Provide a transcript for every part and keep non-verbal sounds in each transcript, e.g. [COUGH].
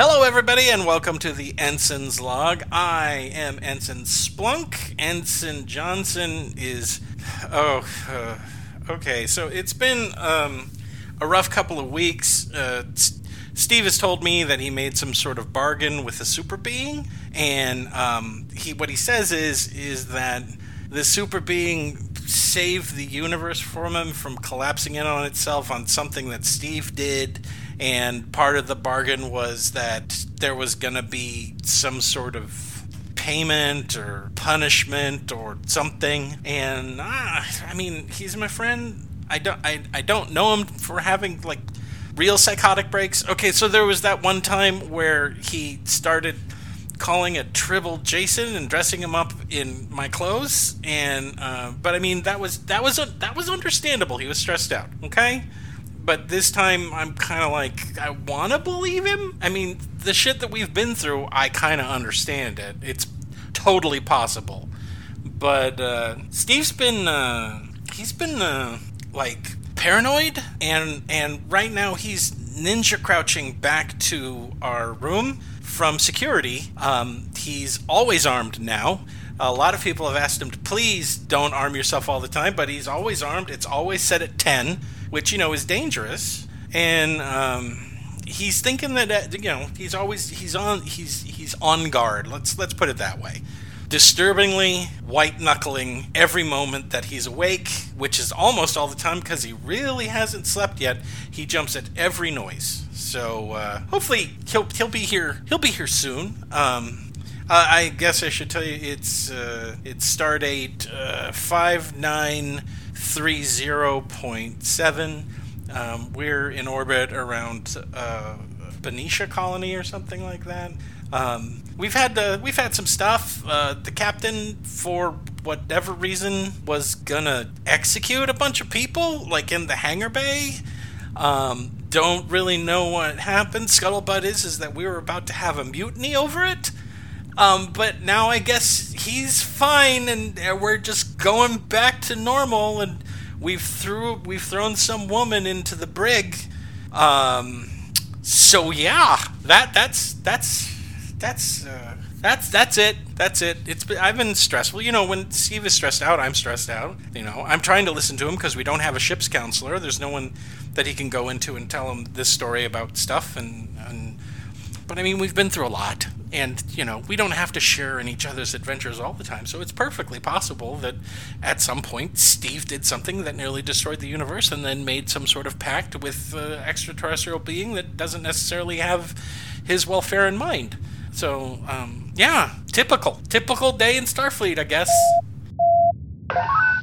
everybody, and welcome to the Ensign's Log. I am Ensign Splunk. Ensign Johnson is. Oh, uh, okay. So it's been um, a rough couple of weeks. Uh, S- Steve has told me that he made some sort of bargain with a super being, and um, he what he says is is that the super being saved the universe from him from collapsing in on itself on something that Steve did. And part of the bargain was that there was going to be some sort of payment or punishment or something. And ah, I mean, he's my friend. I don't, I, I don't know him for having like real psychotic breaks. Okay, so there was that one time where he started calling a tribble Jason and dressing him up in my clothes. And uh, but I mean that was that was that was understandable. He was stressed out. Okay. But this time, I'm kind of like, I want to believe him. I mean, the shit that we've been through, I kind of understand it. It's totally possible. But uh, Steve's been, uh, he's been uh, like paranoid, and and right now he's ninja crouching back to our room from security. Um, he's always armed now. A lot of people have asked him to please don't arm yourself all the time, but he's always armed. It's always set at 10, which, you know, is dangerous. And um, he's thinking that, uh, you know, he's always, he's on, he's, he's on guard. Let's, let's put it that way. Disturbingly white knuckling every moment that he's awake, which is almost all the time because he really hasn't slept yet. He jumps at every noise. So uh, hopefully he'll he'll be here he'll be here soon. Um, I, I guess I should tell you it's uh, it's stardate uh, five nine three zero point seven. Um, we're in orbit around uh, Benicia Colony or something like that. Um, we've had uh, we've had some stuff. Uh, the captain, for whatever reason, was gonna execute a bunch of people, like in the hangar bay. Um, don't really know what happened. Scuttlebutt is is that we were about to have a mutiny over it. Um, but now I guess he's fine, and uh, we're just going back to normal. And we've threw we've thrown some woman into the brig. Um, so yeah, that that's that's that's uh, that's that's it. That's it. It's been, I've been stressful. You know, when Steve is stressed out, I'm stressed out. You know, I'm trying to listen to him because we don't have a ship's counselor. There's no one that he can go into and tell him this story about stuff. And, and but I mean, we've been through a lot, and you know, we don't have to share in each other's adventures all the time. So it's perfectly possible that at some point Steve did something that nearly destroyed the universe, and then made some sort of pact with uh, extraterrestrial being that doesn't necessarily have his welfare in mind. So, um, yeah, typical. Typical day in Starfleet, I guess.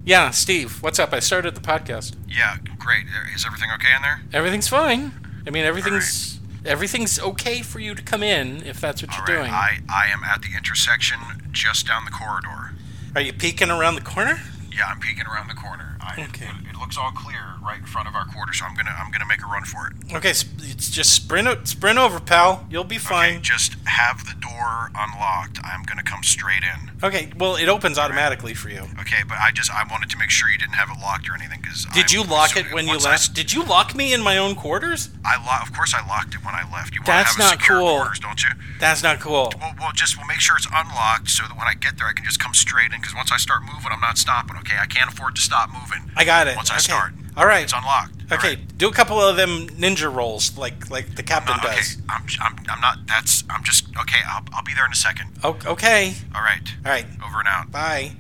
Yeah, Steve, what's up? I started the podcast. Yeah, great. Uh, Is everything okay in there? Everything's fine. I mean, everything's everything's okay for you to come in if that's what All you're right, doing. I, I am at the intersection just down the corridor. Are you peeking around the corner? Yeah, I'm peeking around the corner. I, Okay. it, it looks all clear right in front of our quarter, so I'm gonna I'm gonna make a run for it. Okay, sp- it's just sprint o- sprint over, pal. You'll be Okay, fine. just have the door unlocked. I'm gonna come straight in. Okay, well, it opens automatically for you. Okay, but I just I wanted to make sure you didn't have it locked or anything because Did you lock it when you left? Did you lock me in my own quarters? I, lo- of course I locked it when I left. You want That's to have a not secure cool. quarters, don't you? That's not cool. Well, well, just we'll make sure it's unlocked so that when I get there, I can just come straight in. Because once I start moving, I'm not stopping. Okay, I can't afford to stop moving. I got it. Once I Okay. start, All right. it's unlocked. All Okay, right. do a couple of them ninja rolls like like the captain Uh, okay, does. I'm, I'm, I'm not. That's. I'm just. Okay, I'll, I'll be there in a second. O- okay. All right. All right. Over and out. Bye.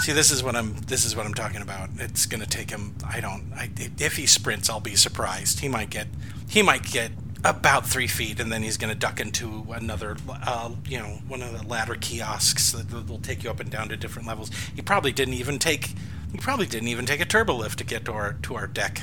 See, this is what I'm. This is what I'm talking about. It's gonna take him. I don't. I, if he sprints, I'll be surprised. He might get. He might get about three feet, and then he's gonna duck into another. Uh, you know, one of the ladder kiosks that will take you up and down to different levels. He probably didn't even take. He probably didn't even take a turbo lift to get to our to our deck.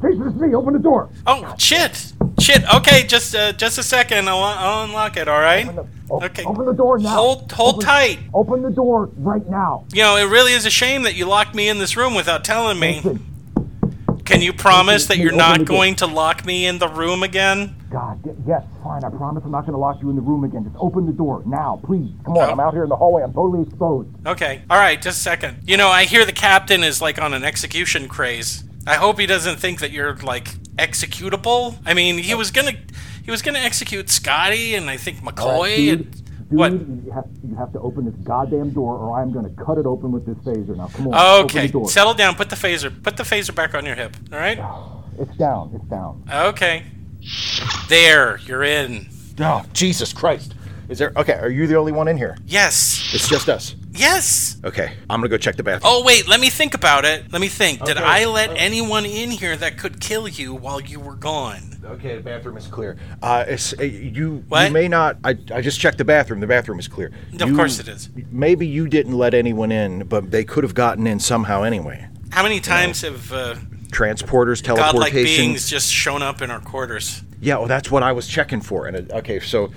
Hey, this is me. Open the door. Oh shit! Shit. Okay, just uh, just a second. I'll, I'll unlock it. All right. O- Okay. Open the door now. Hold hold Open- tight. Open the door right now. You know, it really is a shame that you locked me in this room without telling [LAUGHS] me. Listen, Can you promise that Hey, you're open not the door. going to lock me in the room again? God, y- yes, fine. I promise I'm not going to lock you in the room again. Just open the door now, please. Come on, I'm out here in the hallway. I'm totally exposed. Okay. All right, just a second. You know, I hear the captain is like on an execution craze. I hope he doesn't think that you're like executable. I mean, he was going to he was going to execute Scotty and I think Oh, McCoy. All right, dude, and- dude, what? You have, you have to open this goddamn door, or I'm going to cut it open with this phaser. Now, come on. Open Okay, the door. settle down. Put the phaser. Put the phaser back on your hip. All right. it's down. It's down. Okay. There, you're in. Oh, Jesus Christ. Is there. Okay, are you the only one in here? Yes. It's just us. Yes. Okay, I'm gonna go check the bathroom. Oh wait, let me think about it. Let me think. Did Okay. I let anyone in here that could kill you while you were gone? Okay, the bathroom is clear. Uh, it's, uh, you, you What? may not. I, I just checked the bathroom. The bathroom is clear. Of You- course it is. Maybe you didn't let anyone in, but they could have gotten in somehow anyway. How many times have uh, Transporters, godlike teleportation. beings just shown up in our quarters? Yeah, well, that's what I was checking for. And it, okay, so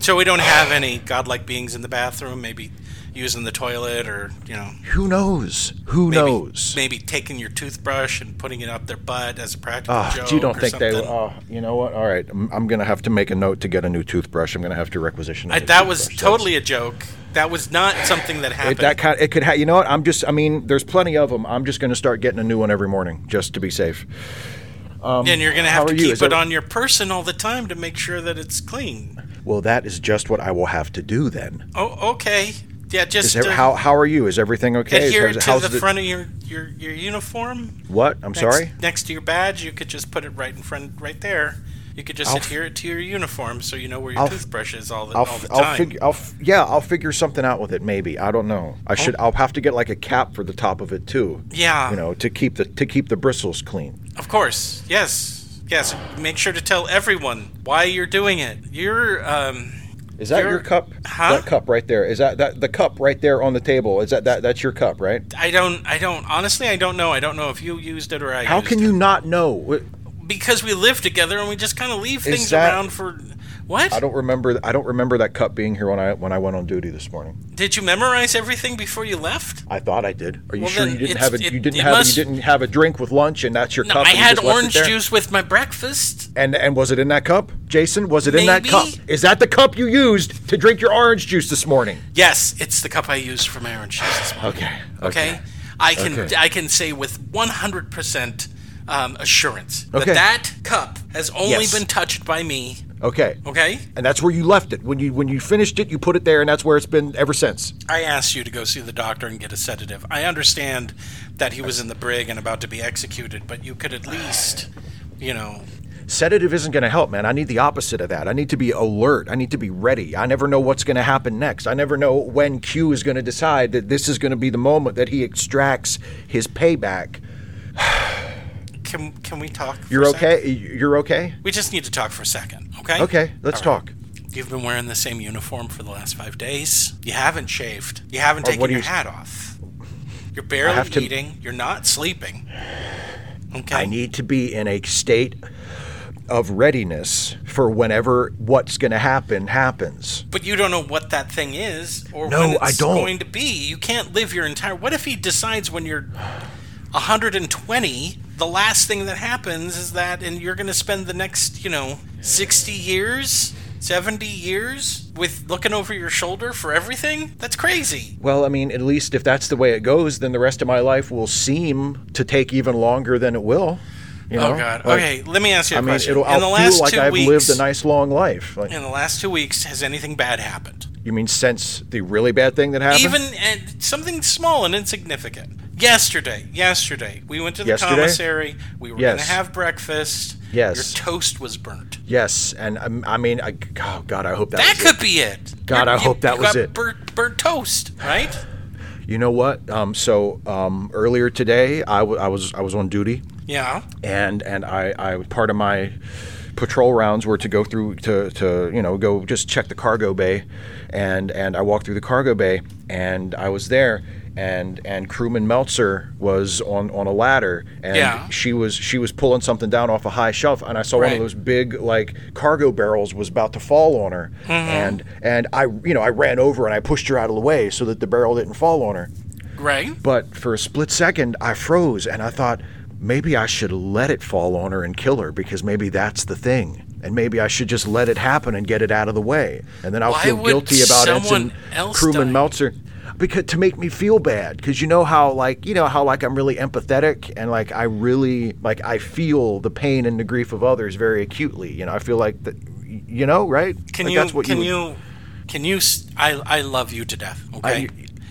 So we don't have any godlike beings in the bathroom. Maybe using the toilet, or you know, who knows? Who maybe, knows? maybe taking your toothbrush and putting it up their butt as a practical Ah, joke. you don't or think something. they? Oh, you know what? All right, I'm, I'm gonna have to make a note to get a new toothbrush. I'm gonna have to requisition. a I, new that was toothbrush. totally a joke. That was not something that It, happened. that kind it could ha- you know what I'm just I mean there's plenty of them I'm just going to start getting a new one every morning just to be safe. and you're going to how have to are you? keep Is it there- on your person all the time to make sure that it's clean. Well, that is just what I will have to do then. Oh, okay. Yeah, just Is there, uh, how how are you? Is everything okay? Is- adhere how's- to how's the, front of your, your, your uniform. What? I'm Next, sorry. Next to your badge, you could just put it right in front, right there. You could just I'll f- adhere it to your uniform so you know where your I'll f- toothbrush is all the, I'll, all f- the time. I'll figure. I'll f- yeah, I'll figure something out with it. Maybe I don't know. I should. I'll have to get like a cap for the top of it too. Oh. Yeah. You know, to keep the to keep the bristles clean. Of course, yes, yes. Make sure to tell everyone why you're doing it. You're, um, Is that Your- your cup? Huh? That cup right there. Is that that the cup right there on the table? Is that that that's your cup, right? I don't, I don't. Honestly, I don't know. I don't know if you used it or I. How used can it. you not know? Wh- Because we live together and we just kind of leave things that- around for. What? I don't remember. I don't remember that cup being here when I when I went on duty this morning. Did you memorize everything before you left? I thought I did. Are you Well, sure then you didn't it's- have a it- you didn't it have must- you didn't have a drink with lunch and that's your No, cup? I and you had just left it orange there? juice with my breakfast. And and was it in that cup, Jason? Was it in that Maybe. cup? Is that the cup you used to drink your orange juice this morning? Yes, it's the cup I used for my orange juice this morning. Okay. Okay. I can Okay. I can say with 100% um, assurance that Okay. that cup has only Yes. Oh. been touched by me. Okay. Okay? And that's where you left it. When you when you finished it, you put it there, and that's where it's been ever since. I asked you to go see the doctor and get a sedative. I understand that he was in the brig and about to be executed, but you could at least, you know, Sedative isn't going to help, man. I need the opposite of that. I need to be alert. I need to be ready. I never know what's going to happen next. I never know when Q is going to decide that this is going to be the moment that he extracts his payback. can can we talk? for You're a sec? okay? You're okay? We just need to talk for a second, okay? Okay, let's All right. talk. You've been wearing the same uniform for the last five days. You haven't shaved. You haven't Uh, taken what do your you- hat off. You're barely have to- eating. You're not sleeping. Okay. I need to be in a state of readiness for whenever what's going to happen happens. but you don't know what that thing is or No, when it's I don't. going to be. You can't live your entire. What if he decides when you're 120, the last thing that happens is that, and you're going to spend the next, you know, 60 years, 70 years with looking over your shoulder for everything? That's crazy. Well, I mean, at least if that's the way it goes, then the rest of my life will seem to take even longer than it will. You know? Oh God. Like, okay, let me ask you a I mean, question. it'll, in the I'll last feel like two I've weeks, lived a nice long life. Like, in the last two weeks, has anything bad happened? You mean since the really bad thing that happened? Even and something small and insignificant. Yesterday, yesterday, we went to the Yesterday? commissary. We were Yes. gonna have breakfast. Yes. Your toast was burnt. yes, and um, I mean, I, oh God, I hope that. That was could be it. God, I hope that you was got it. Burnt, burnt toast, right? it. You know what? Um, so um, earlier today, I, w- I was I was on duty, Yeah. and and I, I part of my patrol rounds were to go through to, to you know go just check the cargo bay and and I walked through the cargo bay and I was there and and crewman Meltzer was on on a ladder and Yeah. she was she was pulling something down off a high shelf and I saw one of Right. those big like cargo barrels was about to fall on her Mm-hmm. and and I you know I ran over and I pushed her out of the way so that the barrel didn't fall on her Right. but for a split second, I froze and I thought maybe I should let it fall on her and kill her because maybe that's the thing. And maybe I should just let it happen and get it out of the way. And then I'll Why feel would guilty about it. someone And else crewman die? Meltzer. because to make me feel bad because you know how like you know how like I'm really empathetic and like I really like I feel the pain and the grief of others very acutely. You know, I feel like that. You know, right? Can Like, you? That's what can you. you? would- Can you? s- I I love you to death. Okay. I,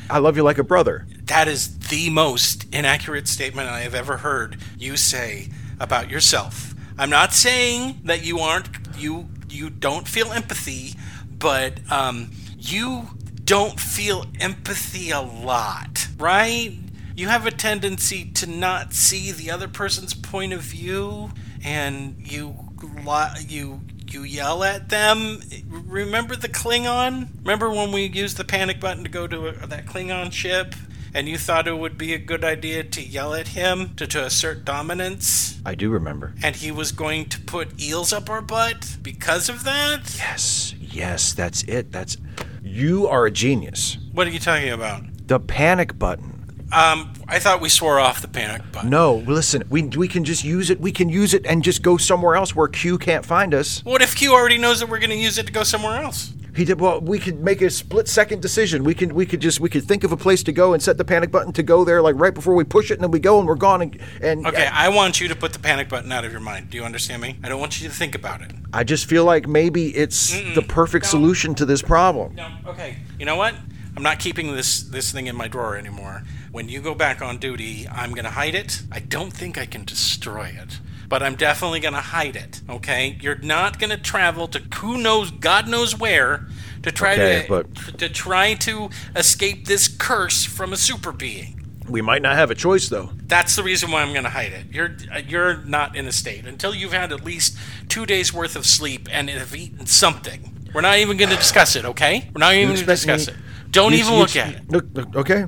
I love you like a brother. that is the most inaccurate statement I have ever heard you say about yourself. I'm not saying that you aren't you you don't feel empathy, but um, you don't feel empathy a lot, right? You have a tendency to not see the other person's point of view, and you lo- you you yell at them. Remember the Klingon? Remember when we used the panic button to go to a, that Klingon ship? And you thought it would be a good idea to yell at him to, to assert dominance, I do remember. and he was going to put eels up our butt because of that? Yes, yes, that's it. That's you are a genius. What are you talking about? The panic button. Um, I thought we swore off the panic button. No, listen, we we can just use it. We can use it and just go somewhere else where Q can't find us. What if Q already knows that we're going to use it to go somewhere else? He did well. We could make a split second decision. We can we could just we could think of a place to go and set the panic button to go there like right before we push it, and then we go and we're gone. And, and Okay, I want you to put the panic button out of your mind. Do you understand me? I don't want you to think about it. I just feel like maybe it's the perfect solution to this problem. No, okay. You know what? I'm not keeping this this thing in my drawer anymore. When you go back on duty, I'm going to hide it. I don't think I can destroy it, but I'm definitely going to hide it, okay? You're not going to travel to who knows God knows where to try Okay, to but- to try to escape this curse from a super being. We might not have a choice though. That's the reason why I'm going to hide it. You're uh, you're not in a state until you've had at least two days worth of sleep and have eaten something. We're not even going to discuss it, okay? We're not even going to expect discuss me- it. Don't You- even you- look at it, Look, look, okay,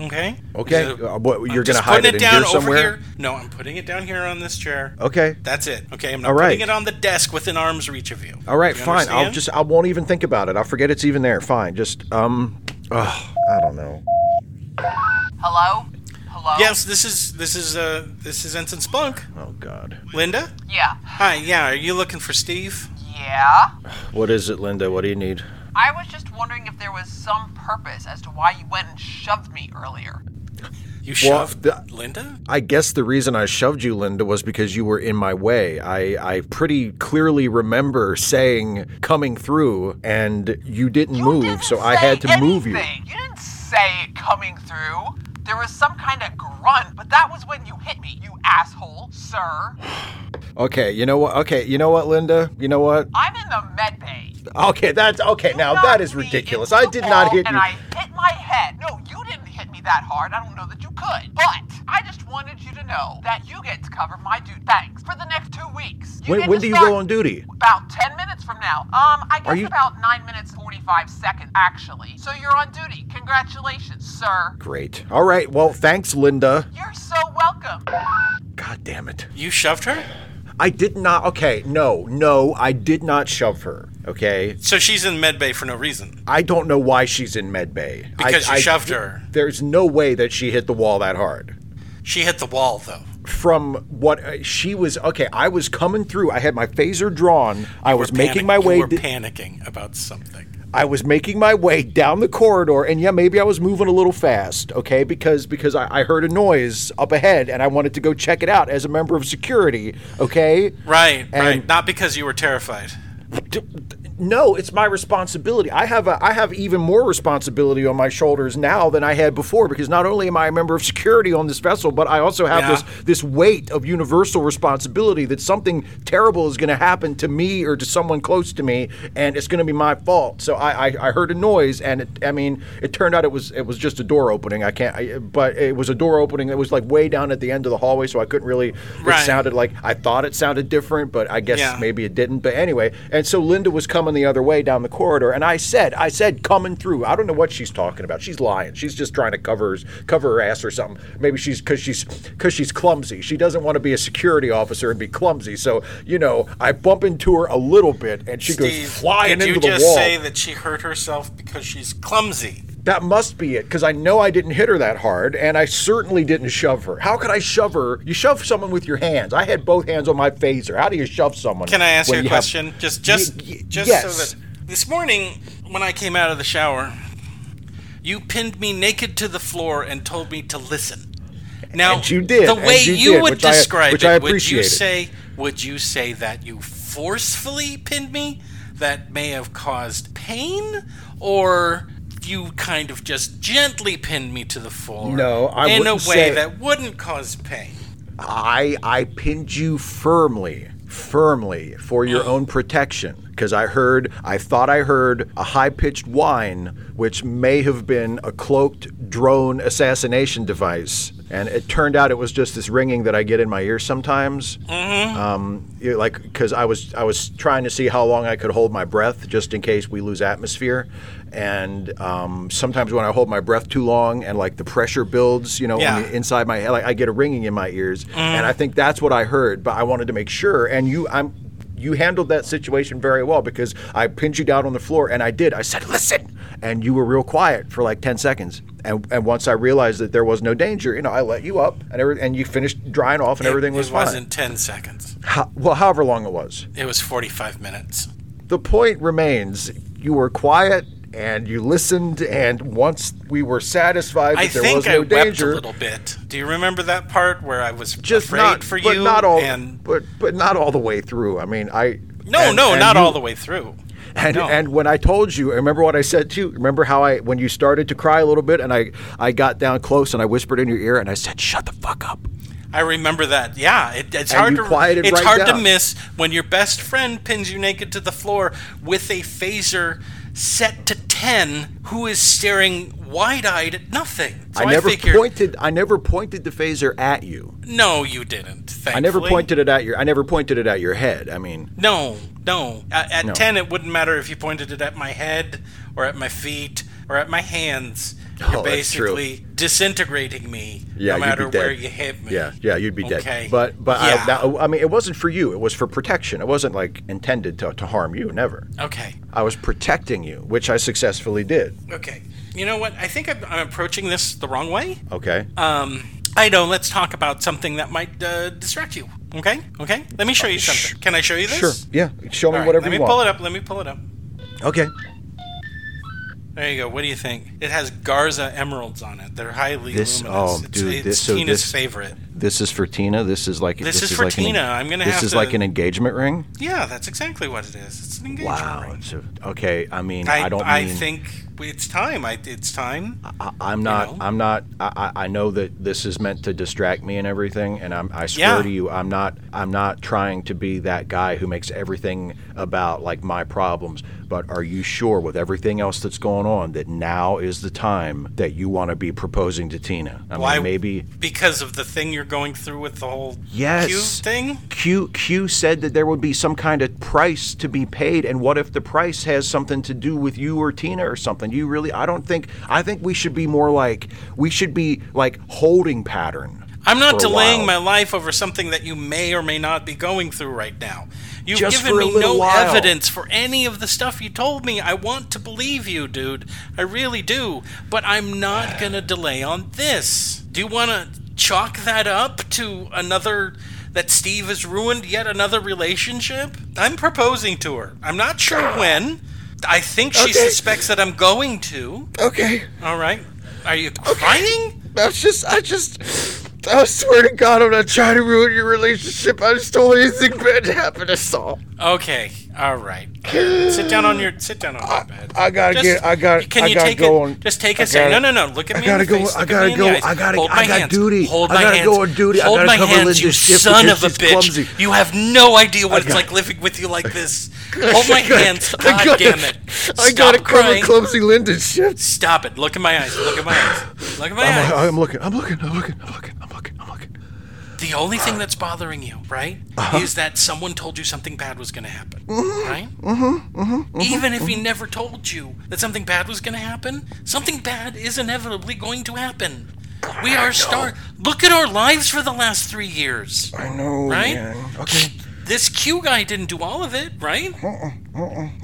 okay? okay. So, Uh, what, you're gonna just hide putting it, in down here somewhere. Over here. No, I'm putting it down here on this chair. Okay. That's it. Okay, I'm not All right. putting it on the desk within arm's reach of you. All right, You fine. I'll understand? just I won't even think about it. I'll forget it's even there. Fine. Just um ugh, I don't know. Hello? Hello? Yes, this is this is uh this is Ensign Splunk. Oh god. Linda? Yeah. Hi, yeah, are you looking for Steve? Yeah? What is it, Linda? What do you need? I was just wondering if there was some purpose as to why you went and shoved me earlier. You Well, shoved the- Linda? I guess the reason I shoved you, Linda, was because you were in my way. I I pretty clearly remember saying coming through and you didn't You move, didn't so I say had to move you. anything. You didn't say it coming through. There was some kind of grunt, but that was when you hit me, you asshole, sir. Okay, you know what? Okay, you know what, Linda? You know what? I'm in the med bay. Okay, that's okay. You Now that knocked is me ridiculous. into I the did not wall, hit And you. I hit my head. No, you didn't hit me that hard. I don't know that you could. But I just wanted you to know that you get to cover my dude. Thanks for the next two weeks. You When, get when to do you start go on duty? About 10 minutes from now. Um, I Are guess you- about 9 minutes 45 seconds, actually. So you're on duty. Congratulations, sir. Great. All right. Well, thanks, Linda. You're so welcome. God damn it. You shoved her? I did not. Okay, no, no, I did not shove her. Okay, So she's in medbay for no reason. I don't know why she's in med bay. I- Because you I- shoved her. There's no way that she hit the wall that hard. She hit the wall though. From what uh, she was, okay, I was coming through. I had my phaser drawn. I was making my Panic- way. You were d- panicking about something. I was making my way down the corridor, and yeah, maybe I was moving a little fast, okay, because because I, I heard a noise up ahead, and I wanted to go check it out as a member of security, okay. Right, right. And- Not because you were terrified. D- d- no it's my responsibility i have a, i have even more responsibility on my shoulders now than i had before because not only am i a member of security on this vessel but i also have Yeah. this this weight of universal responsibility that something terrible is going to happen to me or to someone close to me and it's going to be my fault so I, I i heard a noise and it, i mean it turned out it was it was just a door opening i can't I, but it was a door opening that was like way down at the end of the hallway so i couldn't really Right. it sounded like i thought it sounded different but i guess Yeah. maybe maybe it didn't, but anyway. And so Linda was coming the other way down the corridor, and I said, I said, coming through. I don't know what she's talking about. She's lying. She's just trying to cover hers, cover her ass or something. Maybe she's because she's because she's clumsy. She doesn't want to be a security officer and be clumsy. So you know, I bump into her a little bit, and she Steve, goes flying did into you the just wall. say that she hurt herself because she's clumsy? That must be it, because I know I didn't hit her that hard, and I certainly didn't shove her. How could I shove her? You shove someone with your hands. I had both hands on my phaser. How do you shove someone? Can I ask when you a have- question? just, just, Y- y- just yes. so that this morning when I came out of the shower, You pinned me naked to the floor and told me to listen. Now, And you did, the and way you you, did, would which I- describe which I it, would you appreciated. say would you say that you forcefully pinned me? That may have caused pain, or you kind of just gently pinned me to the floor. No, I in a way wouldn't say- that wouldn't cause pain. I I pinned you firmly, firmly for your own protection because I heard, I thought I heard a high-pitched whine, which may have been a cloaked drone assassination device, and it turned out it was just this ringing that I get in my ear sometimes. Um, you- like because I was I was trying to see how long I could hold my breath just in case we lose atmosphere, and um, sometimes when I hold my breath too long and like the pressure builds, you know, on Yeah. Mm. the inside my head, like I get a ringing in my ears, and I think that's what I heard. But I wanted to make sure, and you, I'm. You handled that situation very well because I pinned you down on the floor and I did. I said, "Listen," and you were real quiet for like ten seconds. And, and once I realized that there was no danger, you know, I let you up and every, and you finished drying off and everything it, was it fine. wasn't 10 seconds. How, well, however long it was. It was 45 minutes. The point remains you were quiet and you listened, and once we were satisfied that I there think was I no wept danger. a little bit. Do you remember that part where I was just afraid not for but you? not all and but but not all the way through. I mean, I no, and- no, and not you- all the way through. And, No. and when I told you, remember what I said to you? Remember how I, when you started to cry a little bit, and I, I got down close and I whispered in your ear and I said, "Shut the fuck up." I remember that. Yeah, it, it's And hard you to quieted it's right hard to down. miss when your best friend pins you naked to the floor with a phaser set to ten, who is staring wide-eyed at nothing. So I never figured, pointed. I never pointed the phaser at you. No, you didn't. Thankfully. I never pointed it at your. I never pointed it at your head. I mean, No, no. At, at No. 10, it wouldn't matter if you pointed it at my head or at my feet or at my hands. You're Oh, that's true. basically disintegrating me Yeah, no you'd be matter where dead. you hit me. Yeah, yeah, you'd be Okay. dead. But but Yeah. I, that, I mean, it wasn't for you. It was for protection. It wasn't like intended to, to harm you. Never. Okay. I was protecting you, which I successfully did. Okay. You know what? I think I'm, I'm approaching this the wrong way. Okay. Um, I know. Let's talk about something that might uh, distract you. Okay. Okay. Let me show you something. Can I show you this? sure. Yeah. Show me All right, whatever Let me you want. pull it up. Let me pull it up. Okay. There you go. What do you think? It has Garza emeralds on it. They're highly This- luminous. oh, it's dude, it's this- so Tina's this- favorite. This is for Tina. This is like This is for an- Tina. I'm gonna This have is to- like an engagement ring. Yeah, that's exactly what it is. It's an engagement Wow. ring. it's a- okay. I mean, I, I, don't. I mean- think it's time. I, it's time. I, I'm not. know? I'm not. I, I I know that this is meant to distract me and everything, and I'm. I swear Yeah. to you, I'm not. I'm not trying to be that guy who makes everything about like my problems. But are you sure with everything else that's going on that now is the time that you want to be proposing to Tina? I Why- mean, maybe. Because of the thing you're going through with the whole Q Yes. thing. Q Q said that there would be some kind of price to be paid, and what if the price has something to do with you or Tina or something? You really, I don't think. I think we should be more like we should be like holding pattern. I'm not for a delaying my while. life over something that you may or may not be going through right now. You've Just given for a me little no while. evidence for any of the stuff you told me. I want to believe you, dude. I really do. But I'm [SIGHS] not going to delay on this. Do you want to chalk that up to another. That Steve has ruined yet another relationship? I'm proposing to her. I'm not sure [SIGHS] when. I think she suspects that I'm going to. Okay, All right. Are you crying? I was just, I just, I swear to God, I'm not trying to ruin your relationship. I just don't want anything bad to happen. That's all. Okay. All right. sit down on your sit down on your bed. I gotta Just- get. I got. Can I you gotta take go a, on. Just take I a second. No, gotta- no, no. Look at I me. gotta in the go- face. I Look at gotta me in the go. eyes. I gotta- Hold I my got hands. duty. Hold I my gotta hands. go on duty. I Hold gotta my cover hands, Linda's you shift son of because a she's bitch. clumsy. You have no idea what it's like living with you like this. Hold my [LAUGHS] hands. God [LAUGHS] I gotta, damn it. I Stop gotta crying. cover clumsy Linden shifts. Stop it. Look at my eyes. Look at my eyes. Look at my eyes. I'm, I'm looking. I'm looking. I'm looking. I'm looking. I'm looking. I'm looking. The only thing that's bothering you, right, is that someone told you something bad was going to happen, right? Uh-huh. Mm-hmm, Even if he never told you that something bad was going to happen, something bad is inevitably going to happen. We are star. Look at our lives for the last three years, I know. right? man. Okay. This Q guy didn't do all of it, right?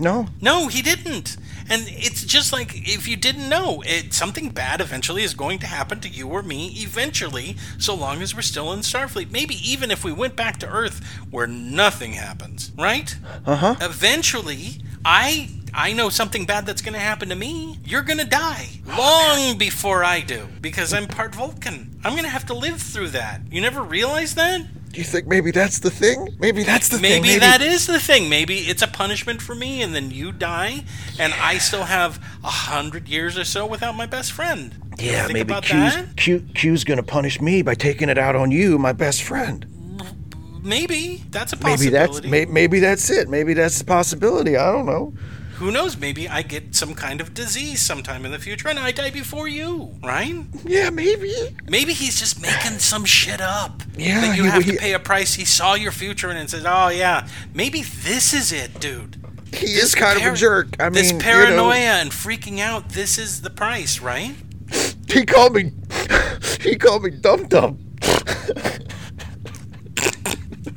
No. No, he didn't. And it's just like if you didn't know, it something bad eventually is going to happen to you or me eventually, so long as we're still in Starfleet. Maybe even if we went back to Earth where nothing happens, right? Uh-huh. Eventually, I I know something bad that's going to happen to me. You're going to die long before I do because I'm part Vulcan. I'm going to have to live through that. You never realize that? Do you think maybe that's the thing? Maybe that's the [LAUGHS] thing. Maybe, that is the thing. Maybe it's a punishment for me, and then you die, and I still have a hundred years or so without my best friend. You Yeah, think maybe about Q's, that? Q, Q's gonna punish me by taking it out on you, my best friend. Maybe that's a possibility. Maybe that's may, maybe that's it. Maybe that's the possibility. I don't know. Who knows? Maybe I get some kind of disease sometime in the future, and I die before you. Right? Yeah, maybe. Maybe he's just making some shit up. Yeah, That you he- have he- to pay a price. He saw your future and it says, "Oh yeah, maybe this is it, dude." He is kind of Par- a jerk. I this mean, you know, paranoia and freaking out. This is the price, right? he called me. [LAUGHS] he called me dum dum.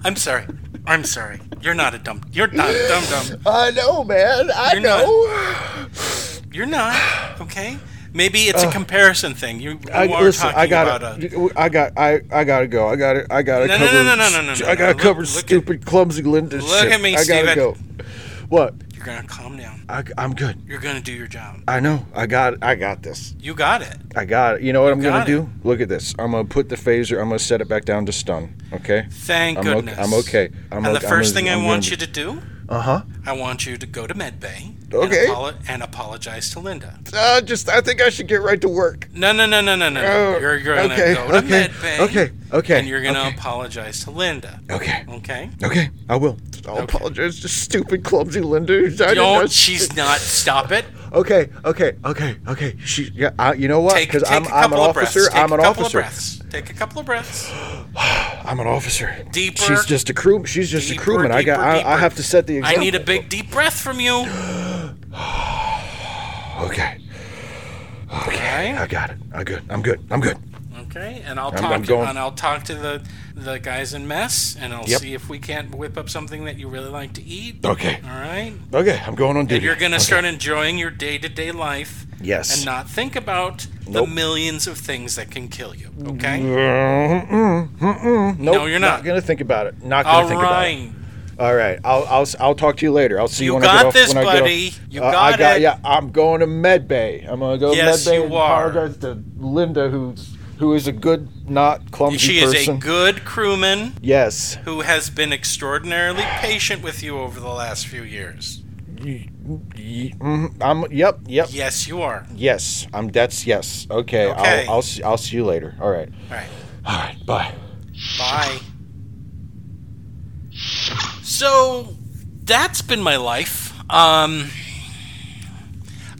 I'm sorry. I'm sorry. You're not a dumb. You're not a dumb dumb. I know, Oh, man. I You're not- know. You're not. Okay. Maybe it's a comparison thing. You, you Uh, I, are listen, talking I about gotta, a. I got, I, I gotta go. I gotta, I gotta No, no, no, cover. no, no, no, no, no, I gotta no. cover Look- look at- stupid, clumsy Linda Look shit. at me, I gotta Steven. go. What? You're gonna calm down. I, I'm good. You're gonna do your job. I know. I got, I got this. You got it. I got it. You know what I'm gonna got do? Look at this. I'm gonna put the phaser. I'm gonna set it back down to stun. Okay. Thank I'm goodness. Okay, I'm okay. I'm and okay. the first I'm thing gonna, I want you to do, Uh huh. I want you to go to medbay. Okay. And, apolo- and apologize to Linda. Uh, just, I think I should get right to work. No, no, no, no, no, no. Oh, you're gonna okay, go to okay, medbay. okay, okay, And you're gonna okay. apologize to Linda. Okay. Okay. Okay. I will. I'll Okay. apologize to stupid, clumsy Linda. I didn't know- Don't. She's not. Stop it. Okay, okay, okay, okay. She, yeah, I, you know what? Take, Because take I'm, a I'm couple an of breaths. officer. Take I'm a an couple officer. of breaths. Take a couple of breaths. I'm an officer. Deeper, She's just a crew. She's just deeper, a crewman. I got. deeper, I, I deeper. have to set the I example. need a big deep breath from you. Okay. Okay. Okay. I got it. I'm good. I'm good. I'm good. Okay, and I'll I'm- talk I'm to, going. and I'll talk to the the guys in mess, and I'll Yep. see if we can't whip up something that you really like to eat. Okay. All right. Okay. I'm going on duty. And you're gonna Okay. start enjoying your day to day life. Yes. And not think about Nope. Mm, the millions of things that can kill you. Okay. Mm-mm, mm-mm. Nope, No, you're not. gonna think about it. Not gonna All think about it. right. All right, I'll, I'll I'll talk to you later. I'll see you, You when I got get off. this, when I buddy. get off. You Uh, I got got it. Yeah, I'm going to Medbay. I'm gonna go to Yes, Medbay you and are. apologize to Linda, who's who is a good, not clumsy She person. is a good crewman Yes. who has been extraordinarily patient with you over the last few years. Y- y- mm, I'm. Yep. Yep. Yes, you are. Yes. I'm. That's yes. Okay. Okay. I'll I'll see, I'll see you later. All right. All right. All right. Bye. Bye. So that's been my life. Um,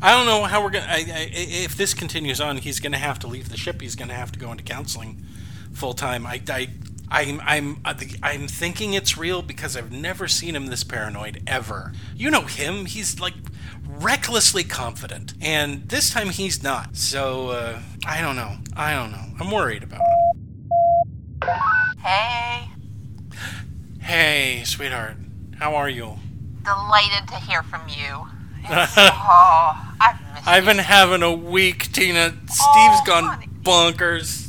I don't know how we're gonna. I, I, if this continues on, he's gonna have to leave the ship. He's gonna have to go into counseling full time. I, I, I'm, I'm, uh, the- I'm thinking it's real because I've never seen him this paranoid ever. You know him. He's like recklessly confident, and this time he's not. So uh, I don't know. I don't know. I'm worried about him. Hey, Hey, sweetheart. How are you? delighted to hear from you. It's- oh, I've missed I've you. been having a week, Tina. Steve's Oh, gone honey. bonkers.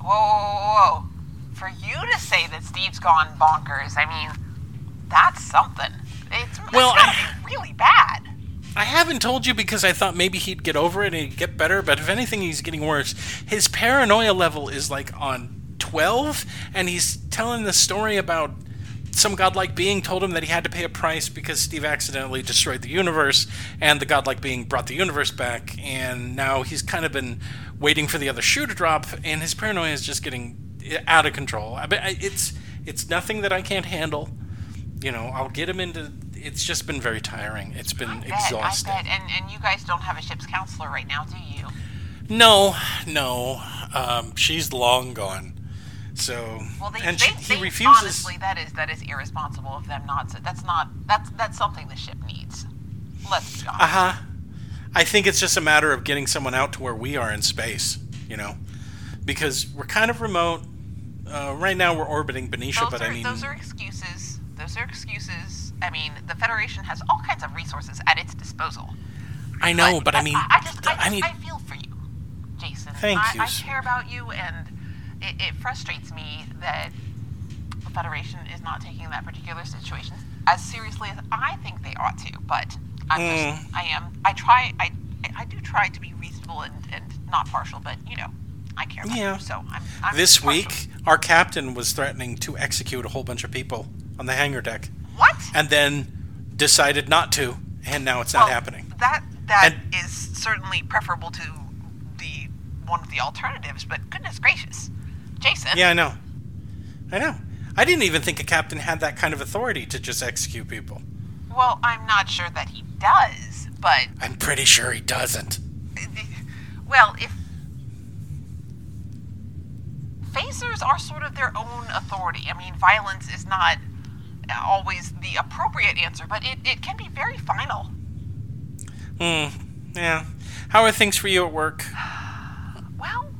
Whoa, whoa, whoa, whoa. For you to say that Steve's gone bonkers, I mean, that's something. It's, Well, it's gotta I- [LAUGHS] be really bad. I haven't told you because I thought maybe he'd get over it and he'd get better, but if anything, he's getting worse. His paranoia level is like on 12, and he's telling the story about some godlike being told him that he had to pay a price because Steve accidentally destroyed the universe, and the godlike being brought the universe back, and now he's kind of been waiting for the other shoe to drop, and his paranoia is just getting out of control. I mean, I- it's it's nothing that I can't handle. You know, I'll get him into. It's just been very tiring. It's been I bet, exhausting. I bet. And, and you guys don't have a ship's counselor right now, do you? No, no. Um, she's long gone. So, Well, they, and they, she, he they- refuses. Honestly, that is that is irresponsible of them not to. That's not that's that's something the ship needs. Let's be honest. uh huh. I think it's just a matter of getting someone out to where we are in space, you know, because we're kind of remote. Uh, right now, we're orbiting Benicia, those, but are, I mean, those are excuses. Those are excuses. I mean, the Federation has all kinds of resources at its disposal. I know, but, I mean, I, I just, I, I mean, I feel for you, Jason. Thank I, you, I sir. care about you, and it, it frustrates me that the Federation is not taking that particular situation as seriously as I think they ought to. But I'm Mm. just, I am. I try. I, I do try to be reasonable and, and not partial, but you know, I care. About Yeah. You, so I'm. I'm This partial. week, our captain was threatening to execute a whole bunch of people on the hangar deck, What? and then decided not to, and now it's not Well, happening. That that is And- certainly preferable to the one of the alternatives. But goodness gracious, Jason. Yeah, I know. I know. I didn't even think a captain had that kind of authority to just execute people. Well, I'm not sure that he does, but I'm pretty sure he doesn't. well, if phasers are sort of their own authority. I mean, violence is not always the appropriate answer, but it, it can be very final. Hmm. Yeah. How are things for you at work? Well,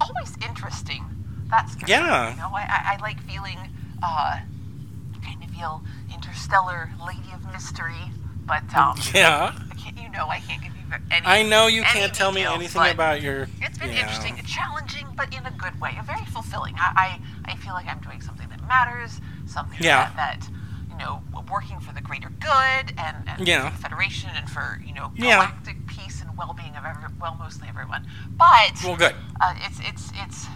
always interesting. That's for Yeah. Sure. You know, I, I, I like feeling, uh, kind of feel interstellar lady of mystery, but um, Yeah. I can't, you know, I can't give you any. I know you any can't tell me details, anything but about your. It's been yeah. interesting, challenging, but in a good way, and very fulfilling. I, I, I feel like I'm doing something that matters, something Yeah. that, that you know, working for the greater good and, and Yeah. for the Federation and for you know Yeah. galactic peace and well-being of every, well, mostly everyone. But Well, good. uh, it's it's it's.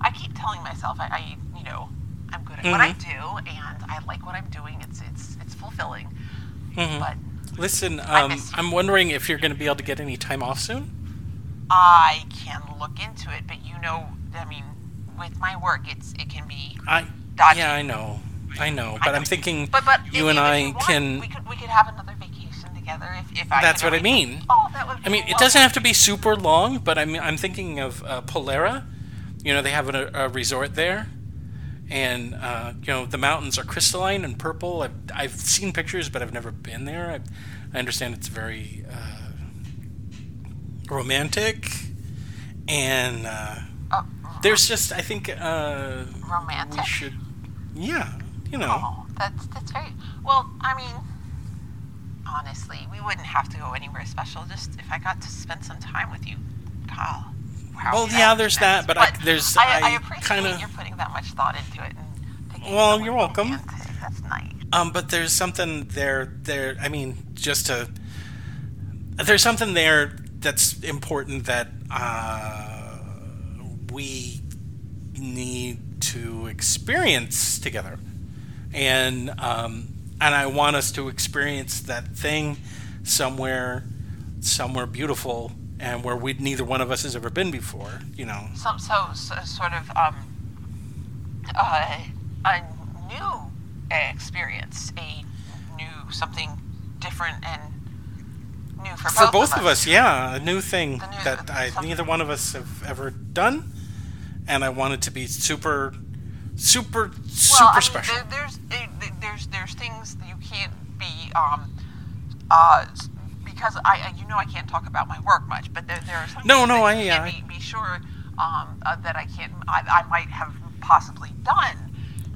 I keep telling myself I, I you know I'm good at what I Mm-hmm. do and I like what I'm doing. It's it's it's fulfilling. Mm-hmm. But Listen, I um, miss you. I'm wondering if you're going to be able to get any time off soon. I can look into it, but you know, I mean, with my work, it's it can be. I. Dodgy. Yeah, I know. I know, but I'm thinking But but you if- and if I you want, can. We could we could have another vacation together if if I. That's could what I arrange it. mean. Oh, that would. I mean, be it doesn't lovely. have to be super long, but I'm I'm thinking of uh, Polera. You know, they have a, a resort there, and uh, you know the mountains are crystalline and purple. I've I've seen pictures, but I've never been there. I, I understand it's very uh, romantic, and uh, Oh, there's just I think uh, we romantic. should, yeah, you know. Oh, that's that's very well. I mean, honestly, we wouldn't have to go anywhere special. Just if I got to spend some time with you, Kyle. Wow, Well, that yeah, would be there's nice. that, but I- there's- I, I I appreciate kinda- you're putting that much thought into it and. taking Well, someone you're welcome. romantic. That's nice. Um, but there's something there. There, I mean, just to there's something there that's important that uh, we need to experience together, and um, and I want us to experience that thing somewhere, somewhere beautiful, and where we neither one of us has ever been before. You know. some so, so sort of um, uh, a new experience, a new something different and new for, for both, both of, of us, yeah, a new thing The new- that I, something- neither one of us have ever done, and I want it to be super, super, super Well, I mean, special. There, there's there- there- there's there's things that you can't be um, uh, s- because I I- you know I can't talk about my work much, but there, there are some No, things no, that I- you yeah, can't be, be sure um, uh, that I can't I, I might have possibly done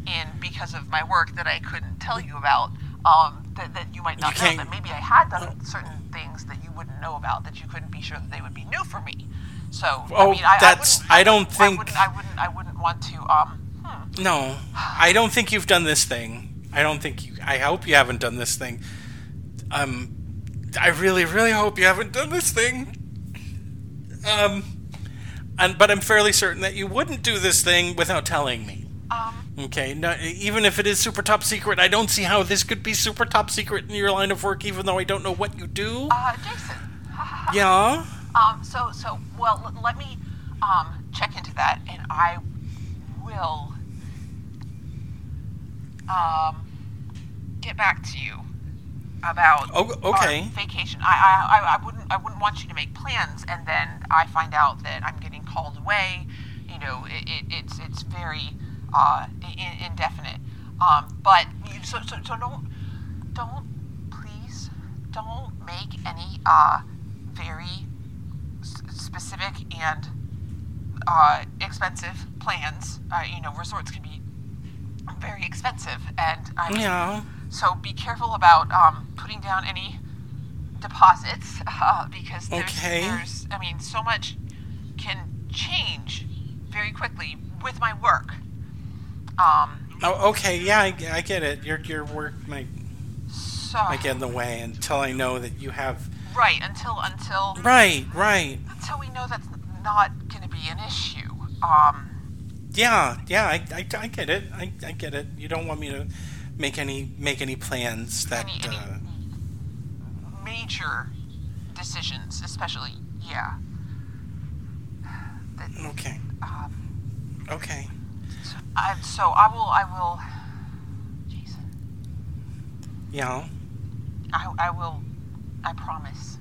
in because of my work that I couldn't tell you about. Um, that, that you might not know can't- that maybe I had done certain things that you wouldn't know about that you couldn't be sure that they would be new for me. So Oh, I mean, I, that's- I, wouldn't, I don't wouldn't- think- I wouldn't, I wouldn't I wouldn't want to um, no, I don't think you've done this thing. I don't think you. I hope you haven't done this thing. Um, I really, really hope you haven't done this thing. Um, and but I'm fairly certain that you wouldn't do this thing without telling me. um Okay, no, even if it is super top secret, I don't see how this could be super top secret in your line of work, even though I don't know what you do. uh, Jason. yeah. Um, so, so, well, l- let me um, check into that, and I will um, get back to you about O- our okay. vacation. I, I, I, I wouldn't, I wouldn't want you to make plans, and then I find out that I'm getting called away. You know, it, it, it's, it's very uh, in, indefinite. Um, but you, so, so, so don't, don't, please, don't make any uh, very s- specific and uh, expensive plans. Uh, you know, resorts can be very expensive, and I mean, Yeah. so be careful about um, putting down any deposits [LAUGHS] uh, because there's, Okay. there's, I mean, so much can change very quickly with my work. Um, Oh, okay. Yeah, I, I get it. Your your work might. so I get in the way until I know that you have. right until until Right, right. until we know that's not going to be an issue. Um, Yeah, yeah. I, I, I get it. I, I get it. You don't want me to make any make any plans that. any any Uh, major decisions, especially yeah. That- uh, okay. Okay. I, so I will. I will. Jason, Yeah. I, I will. I promise.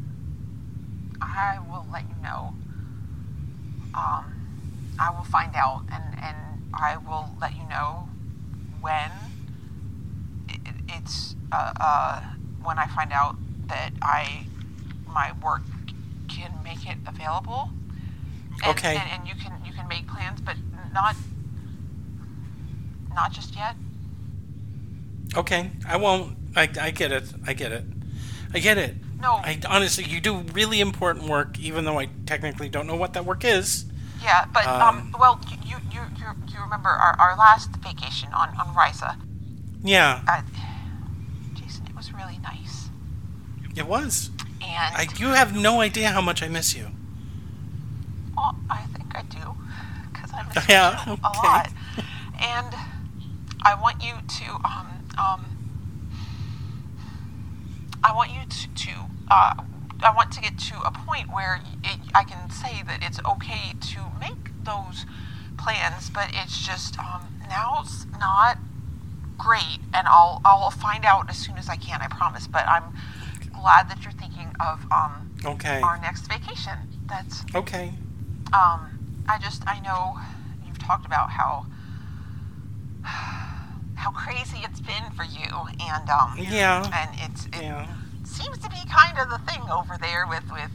I will let you know. Um, I will find out, and and I will let you know when it, it's uh, uh when I find out that I my work can make it available. And, Okay. And, and you can you can make plans, but not not just yet. Okay. I won't. I, I get it. I get it. I get it. No. I honestly, you do really important work, even though I technically don't know what that work is. Yeah, but um, Um, well, you you you, you, you remember our, our last vacation on on Risa? Yeah. Uh, Jason, it was really nice, It was. and I. You have no idea how much I miss you. oh, I think I do, because I miss Yeah, you okay. a lot, and I want you to um um I want you to to uh. I want to get to a point where it, I can say that it's okay to make those plans, but it's just um, now it's not great and I'll I'll find out as soon as I can, I promise. But I'm glad that you're thinking of um Okay. our next vacation. That's Okay. um I just I know you've talked about how how crazy it's been for you and um Yeah. and it's it Yeah. seems to be kind of the thing over there with with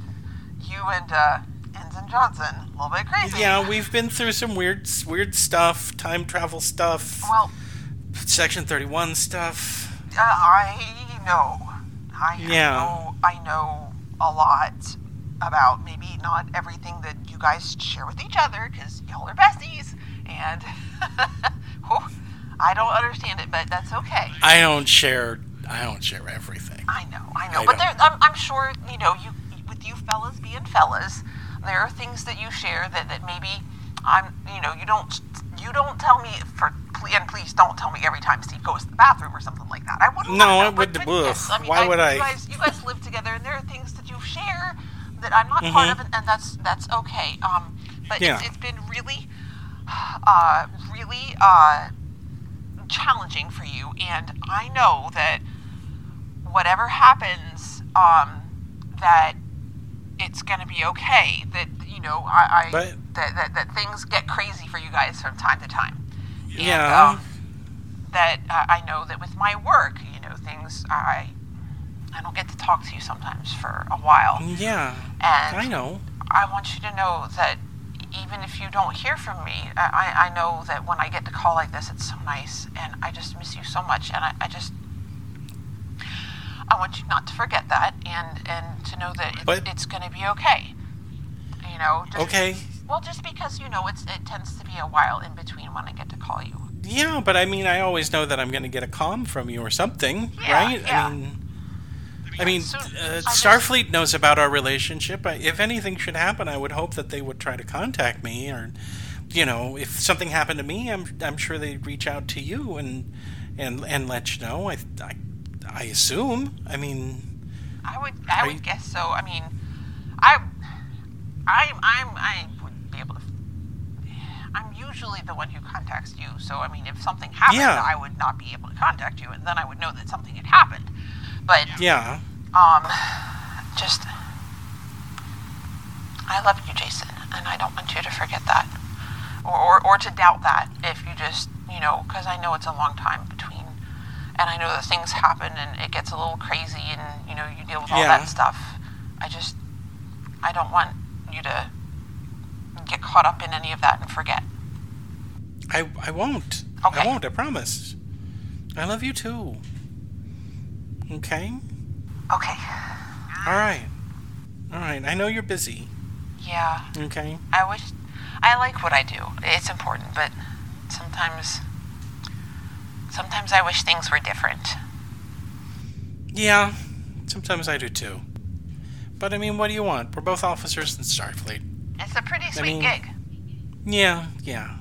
you and uh Ensign Johnson. A little bit crazy. Yeah, we've been through some weird, weird stuff, time travel stuff, Well, Section Thirty-One stuff. Uh, I know. I Yeah. know. I know a lot about maybe not everything that you guys share with each other because y'all are besties, and [LAUGHS] whew, I don't understand it, but that's okay. I don't share. I don't share everything. I know. I know. I but know. there, I'm, I'm sure you know you with you fellas being fellas, there are things that you share that that maybe I'm you know you don't. You don't tell me for, ple- and please don't tell me every time Steve goes to the bathroom or something like that. I wouldn't. No, wanna know, I would- but- but yes, ugh, why would I? You guys, you guys live together, and there are things that you share that I'm not part of, and, and that's that's okay. Um, but Mm-hmm. it's, Yeah. it's been really, uh, really uh, challenging for you, and I know that whatever happens, um, that it's gonna be okay. That you know, I, I But- that, that that things get crazy for you guys from time to time. And, Yeah. um, that uh, I know that with my work, you know, things I I don't get to talk to you sometimes for a while, Mm, and Yeah, I know. I want you to know that even if you don't hear from me, I, I- I know that when I get to call like this, it's so nice, and I just miss you so much, and I, I just I want you not to forget that, and and to know that it, But- it's going to be okay. You know. Just, Okay. Well, just because you know it's it tends to be a while in between when I get to call you. Yeah, but I mean, I always know that I'm going to get a com from you or something, Yeah, right? yeah. I mean, I mean, So, uh, I just- Starfleet knows about our relationship. I, if anything should happen, I would hope that they would try to contact me, or you know, if something happened to me, I'm I'm sure they'd reach out to you and and and let you know. I I, I assume. I mean, I would I Are would you- guess so. I mean, I I I'm I would be able to. I'm usually the one who contacts you, so I mean, if something happened, Yeah. I would not be able to contact you, and then I would know that something had happened. But yeah. um, just I love you, Jason, and I don't want you to forget that, or or, or to doubt that. If you just you know, because I know it's a long time between, and I know that things happen and it gets a little crazy, and you know you deal with all Yeah. that stuff. I just I don't want you to get caught up in any of that and forget. I I won't. Okay. I won't. I promise. I love you too. Okay. Okay. All right. All right. I know you're busy. Yeah. Okay. I wish I like what I do. It's important, but sometimes sometimes I wish things were different. Yeah, sometimes I do too. But I mean, what do you want? We're both officers in Starfleet. It's a pretty sweet mean- gig. Yeah, yeah.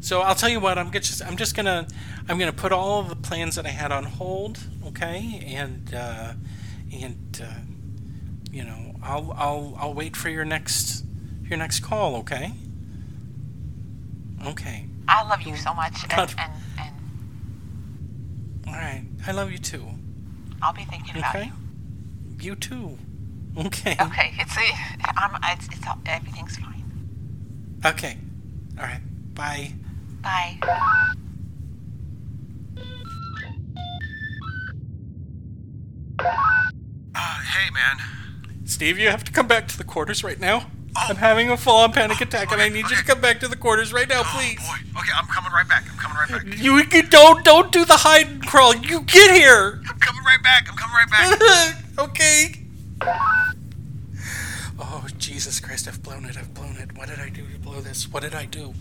So I'll tell you what. I'm just I'm just gonna I'm gonna put all of the plans that I had on hold. Okay, and uh, and uh, you know I'll I'll I'll wait for your next your next call. Okay. Okay. I love you so much, and, God. and, and All right. I love you too. I'll be thinking about Okay. you. You too. [LAUGHS] Okay. Okay, it's [LAUGHS] a, I'm, it's, it's all, everything's fine. Okay. All right. Bye. Bye. Uh, hey, man. Steve, you have to come back to the quarters right now. I'm having a full-on panic attack, and I need you to come back to the quarters right now, please. boy. Okay, I'm coming right back. I'm coming right back. You, you don't don't do the hide and crawl. You get here. I'm coming right back. I'm coming right back. [LAUGHS] okay. Oh Jesus Christ! I've blown it. I've blown it. What did I do to blow this? What did I do?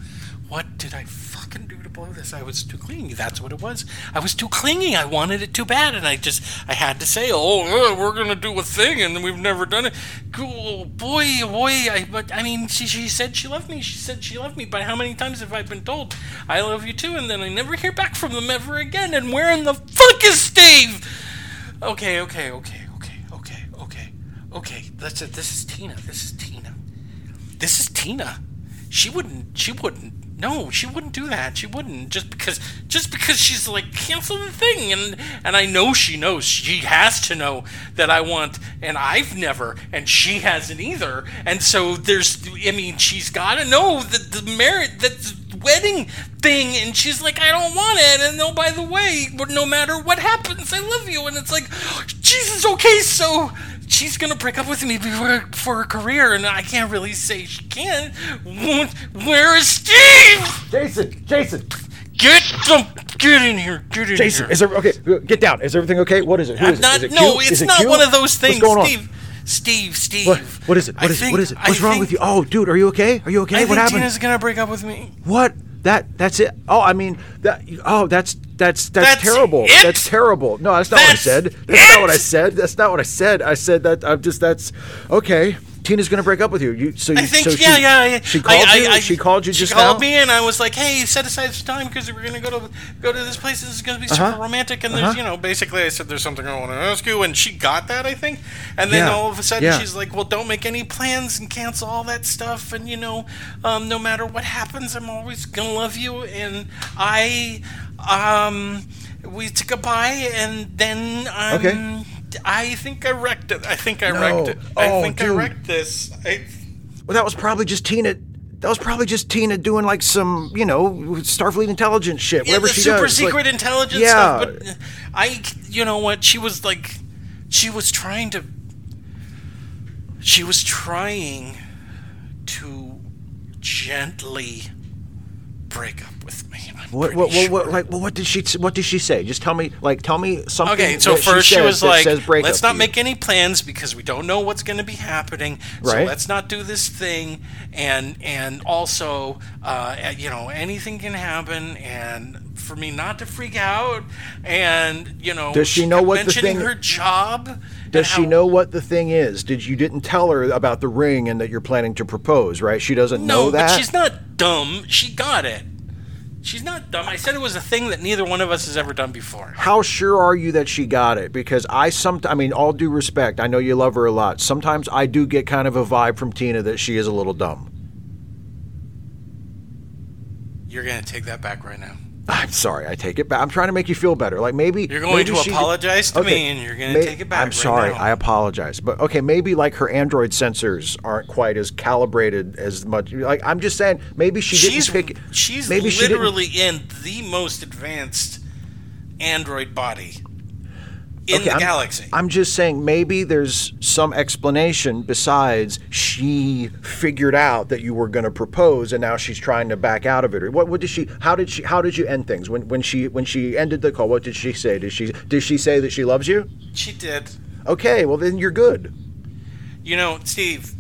What did I fucking do to blow this? I was too clingy. That's what it was. I was too clingy. I wanted it too bad, and I just I had to say, "Oh, uh, we're gonna do a thing," and we've never done it. Cool, boy, boy. I but I mean, she she said she loved me. She said she loved me. But how many times have I been told I love you too, and then I never hear back from them ever again? And where in the fuck is Steve? Okay, okay, okay, okay, okay, okay, okay. That's it. This is Tina. This is Tina. This is Tina. She wouldn't. She wouldn't. No, she wouldn't do that. She wouldn't just because just because she's like cancel the thing and and I know she knows. She has to know that I want and I've never and she hasn't either. And so there's I mean she's got to know that the merit that the wedding thing and she's like I don't want it and oh by the way no matter what happens I love you and it's like Jesus okay so she's gonna break up with me before for her career, and I can't really say she can. Wh- Where is Steve? Jason, Jason, Get some, get in here, get in Jason. here. Is there okay? Get down. Is everything okay? What is it? Who I'm is it? Uh, not. Is it no, Q? it's Is it not Q? one of those things, What's going Steve. Steve, Steve. On? What, what is it? I What is think- it? What is it? I What's wrong with you? think- Oh, dude, are you okay? Are you okay? I what think happened? Tina's gonna break up with me. What? That that's it. Oh, I mean that. Oh, that's that's that's, That's terrible. it? That's terrible. No, that's not what I That's said. That's not what I it? said. That's not what I said. I said that I'm just that's okay. Tina's gonna break up with you. You so you I think so yeah, she, yeah, yeah. She called I, you. I, I, she called you just She called now. me, and I was like, "Hey, set aside some time because we're gonna go to go to this place. This is gonna be Uh-huh. super romantic." And there's, you know, basically, I said, "There's something I want to ask you," and she got that, I think. And then Yeah, all of a sudden, yeah. she's like, "Well, don't make any plans and cancel all that stuff." And you know, um, no matter what happens, I'm always gonna love you. And I, um, we said goodbye, and then um, Okay. I think I wrecked it. I think I No. wrecked it. I Oh, think I dude. wrecked this. I, Well, that was probably just Tina. That was probably just Tina doing like some you know Starfleet intelligence shit. yeah, whatever the she super does. like- secret intelligence Yeah. stuff. But I, you know what? She was like, she was trying to, she was trying to gently break up with me. I'm What, pretty what, what, sure. what, like, well, what did she? What did she say? Just tell me, like, tell me something. Okay, so that first she, says was that like, says breakup "Let's not to you." make any plans because we don't know what's going to be happening. So Right. let's not do this thing." And and also, uh, you know, anything can happen. And for me not to freak out, and you know, Does she know kept what the mentioning thing- her job? and Does she how- know what the thing is? Did you didn't tell her about the ring and that you're planning to propose, right? She doesn't No, know that. but she's not dumb. She got it. She's not dumb. I said it was a thing that neither one of us has ever done before. How sure are you that she got it? Because I some I mean, all due respect, I know you love her a lot. Sometimes I do get kind of a vibe from Tina that she is a little dumb. You're gonna take that back right now. I'm sorry, I take it back. I'm trying to make you feel better. Like maybe You're going maybe to she- apologize to me and you're gonna may- take it back I'm right sorry, now. I apologize. But okay, maybe like her Android sensors aren't quite as calibrated as much. Like I'm just saying, maybe she she's didn't pick. she's maybe she didn't- literally in the most advanced android body in Okay, the I'm- galaxy. I'm just saying maybe there's some explanation besides she figured out that you were going to propose and now she's trying to back out of it. Or What, what did she? How did she? How did you end things when when she when she ended the call? What did she say? Did she did she say that she loves you? she did. Okay, well then you're good. You know, Steve,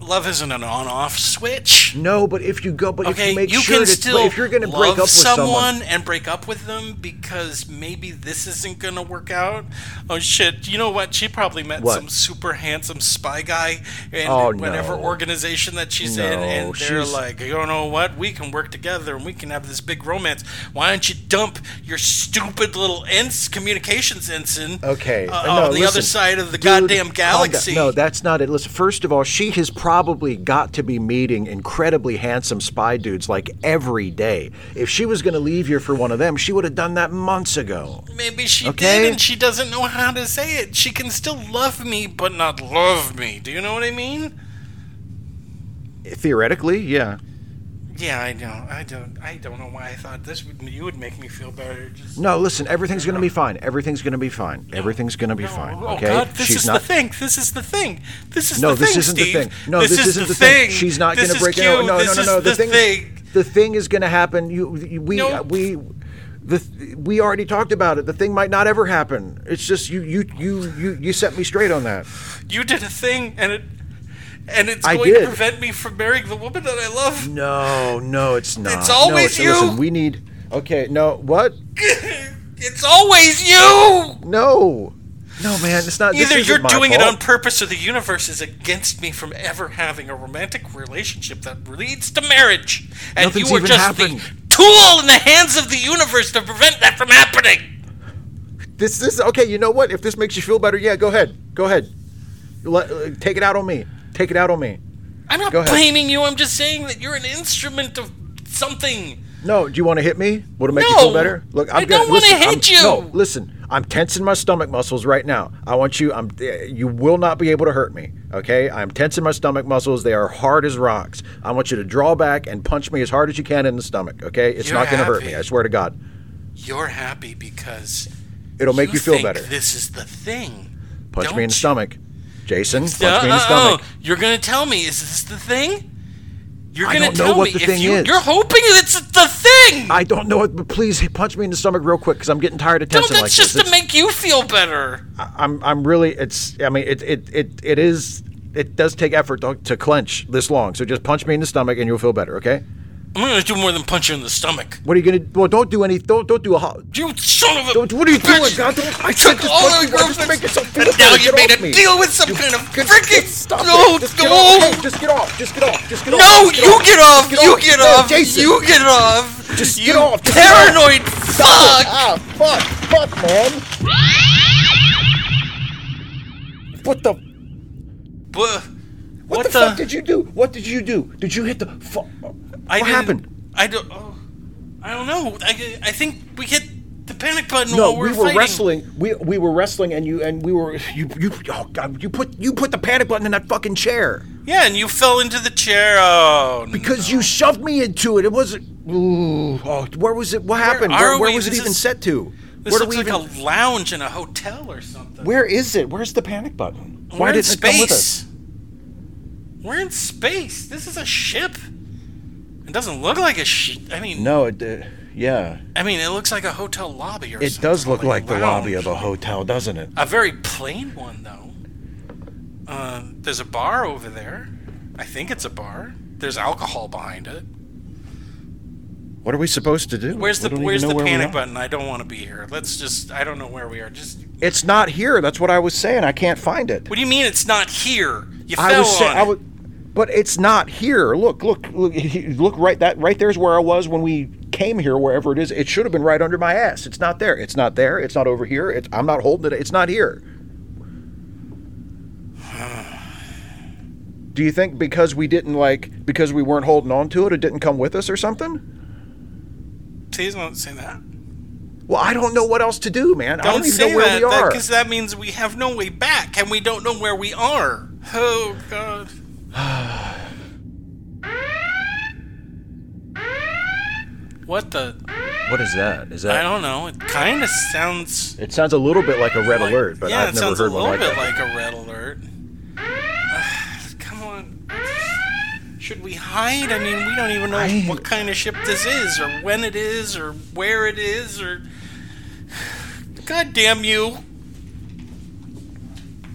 love isn't an on-off switch. No, but if you go, but if Okay, you you, make sure can that still if you're going to break love up with someone, and break up with them because maybe this isn't going to work out. Oh shit! You know what? She probably met What? some super handsome spy guy in Oh, whatever no. organization that she's in, No, and they're she's- like, you know what? We can work together and we can have this big romance. Why don't you dump your stupid little ens- communications ensign? okay, uh, no, on the other listen, side of the dude, goddamn calm down. galaxy. No, that's not it. Listen, first of all, she has probably got to be meeting incredibly handsome spy dudes like every day. If she was going to leave you for one of them, she would have done that months ago. Maybe she Okay? did, and she doesn't know how to say it. She can still love me, but not love me. Do you know what I mean? Theoretically, yeah. Yeah, I know. I don't. I don't know why I thought this would. You would make me feel better. Just No, listen, everything's going to be fine. Everything's going to be fine. Everything's going to be fine. Oh, Okay? God! This She's is not the thing. This is the thing. This is No, the this thing, isn't Steve. the thing. No, this, is isn't the thing. thing. She's not This going to is break cute. it out. No, this no, no, no. Is The, the thing, thing. the thing is going to happen. You, you- we, uh, Nope. we, the, th- we already talked about it. The thing might not ever happen. It's just you, you, you, you, you set me straight on that. You did a thing, and it. And it's I going did. to prevent me from marrying the woman that I love. No, no, it's not. It's always no, Listen, you. we need. Okay, no, what? It's always you. No, no, man, it's not. this Either isn't you're my doing it fault. on purpose or the universe is against me from ever having a romantic relationship that leads to marriage. And Nothing's you are even just happened. the tool in the hands of the universe to prevent that from happening. This is okay. You know what? If this makes you feel better, yeah, go ahead. Go ahead. Let, uh, take it out on me. Take it out on me. I'm not Go ahead. blaming you, I'm just saying that you're an instrument of something. No, do you want to hit me? Would it make you No, feel better? Look, I'm I don't gonna- wanna listen, hit I'm- No, you. listen. I'm tensing my stomach muscles right now. I want you. I'm. uh, You will not be able to hurt me. Okay. I'm tensing my stomach muscles. They are hard as rocks. I want you to draw back and punch me as hard as you can in the stomach. Okay. It's You're not going to hurt happy. me. I swear to God. You're happy because It'll make you, feel think better. This is the thing. punch don't me in the you? stomach, Jason. Punch Uh, me in the uh, stomach. oh, you're gonna tell me is this the thing? You're I gonna don't know tell what me the if thing you, is. you're hoping it's the thing. I don't know it, but please hit- punch me in the stomach real quick because I'm getting tired of no, tensing that's like just this. to It's- make you feel better. I'm I'm really it's I mean it it it, it is it does take effort to, to clench this long. So just punch me in the stomach and you'll feel better. Okay. I'm gonna do more than punch you in the stomach. What are you gonna? Well, don't do any. Don't don't do a. ho- You son of a Don't, what are you bitch! doing? God, don't, I said Took just all punch of me. I'm just your making some feel and now better. you Get made off a me. deal with some You- kind of get- freaking stop it. no, Just get no. off. Hey, just get off. Just get off. Just get off. No, Just get you off. get off. Just You get off. No, Jason. You get off. Just you get off, just get off. paranoid Stop it. fuck. Ah, fuck, fuck, man. What the? Buh. What, the, fuck did you do? What did you do? Did you hit the? Fu- I what didn't- happened? I don't. Oh, I don't know. I, I think we hit the panic button No, while we were were fighting. wrestling. We we were wrestling, and you and we were you you oh god, you put you put the panic button in that fucking chair Yeah, and you fell into the chair. Oh, no. because you shoved me into it. It wasn't. Ooh, oh, where was it? What happened? are Where, where we? was it This even is- set to? this where do looks we like even? a lounge in a hotel or something. where is it? Where's the panic button? We're Why in didn't it come with us? space. We're in space. This is a ship. It doesn't look like a ship. I mean, No, it. Uh, yeah, I mean, it looks like a hotel lobby or it something. does look like a the lobby lounge. of a hotel, doesn't it? A very plain one, though. Um, there's a bar over there. I think it's a bar. There's alcohol behind it. What are we supposed to do? Where's We the don't even Where's know the where we panic are. button? I don't want to be here. Let's just. I don't know where we are. Just. It's not here. That's what I was saying. I can't find it. What do you mean it's not here? You I fell was saying, on I it. was, but it's not here. Look, look, look, look right that right there's where I was when we came here. Wherever it is, it should have been right under my ass. It's not there. It's not there. It's not over here. It's, I'm not holding it. It's not here. [SIGHS] Do you think because we didn't like because we weren't holding on to it, it didn't come with us or something? Please don't say that. Well, I don't know what else to do, man. I Don't don't even say know where that we are. because that means we have no way back and we don't know where we are. Oh God. [SIGHS] what the? what is that? Is I don't know. It kind of sounds. It sounds a little bit like a red like- alert, but yeah, I've it never sounds heard a one little bit like that. like a red alert. [SIGHS] Come on. Should we hide? I mean, we don't even know I- what kind of ship this is, or when it is, or where it is, [SIGHS] or. God damn you!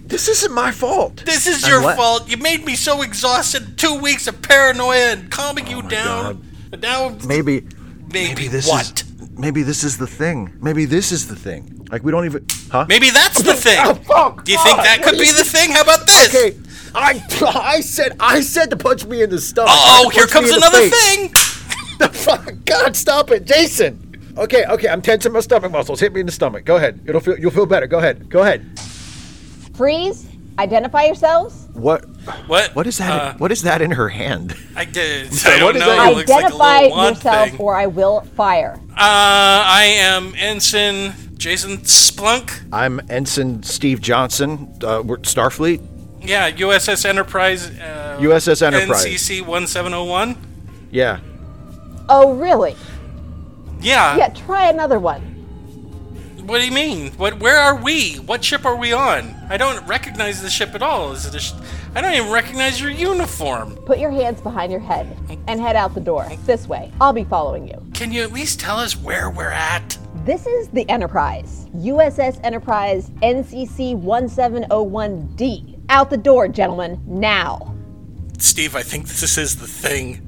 This isn't my fault. This is your Unle- fault. You made me so exhausted. Two weeks of paranoia and calming you down. And now Maybe, Maybe Oh maybe this is what? Maybe this is the thing. Maybe this is the thing. Like we don't even, huh? maybe that's the thing. [LAUGHS] Oh, fuck, Do you think God, that could what be is- the thing? How about this? Okay, I I [LAUGHS] said I said to punch me in the stomach. Oh, Punch here me comes in the another face. thing. The [LAUGHS] fuck? God, stop it, Jason. Okay, okay, I'm tensing my stomach muscles. Hit me in the stomach. Go ahead. It'll feel. You'll feel better. Go ahead. Go ahead. Freeze. Identify yourselves. What? What? What is that? Uh, what is that in her hand? I did. sorry, I don't [LAUGHS] what is know. that? It looks like a little Identify wand yourself, thing. or I will fire. Uh, I am Ensign Jason Splunk. I'm Ensign Steve Johnson, uh, we're- Starfleet, Yeah, USS Enterprise. Uh, USS Enterprise. NCC 1701. Yeah. Oh, really? Yeah. Yeah. Try another one. What do you mean? What? Where are we? What ship are we on? I don't recognize the ship at all. Is it a sh- I don't even recognize your uniform. Put your hands behind your head and head out the door this way. I'll be following you. Can you at least tell us where we're at? This is the Enterprise, USS Enterprise NCC 1701D. Out the door, gentlemen, now. Steve, I think this is the thing.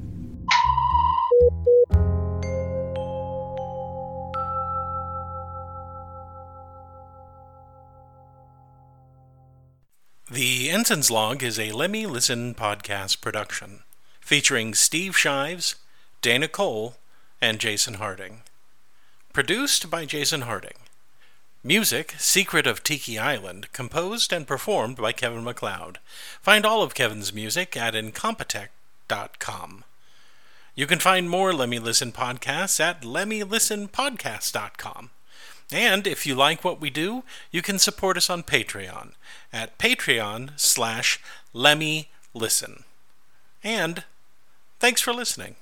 The Ensign's Log is a Let Me Listen podcast production featuring Steve Shives, Dana Cole, and Jason Harding. Produced by Jason Harding. Music, Secret of Tiki Island, composed and performed by Kevin McLeod. Find all of Kevin's music at incompetech.com. You can find more Let Me Listen podcasts at lemmylistenpodcast.com. And if you like what we do, you can support us on Patreon at patreon slash lemmylisten. And thanks for listening.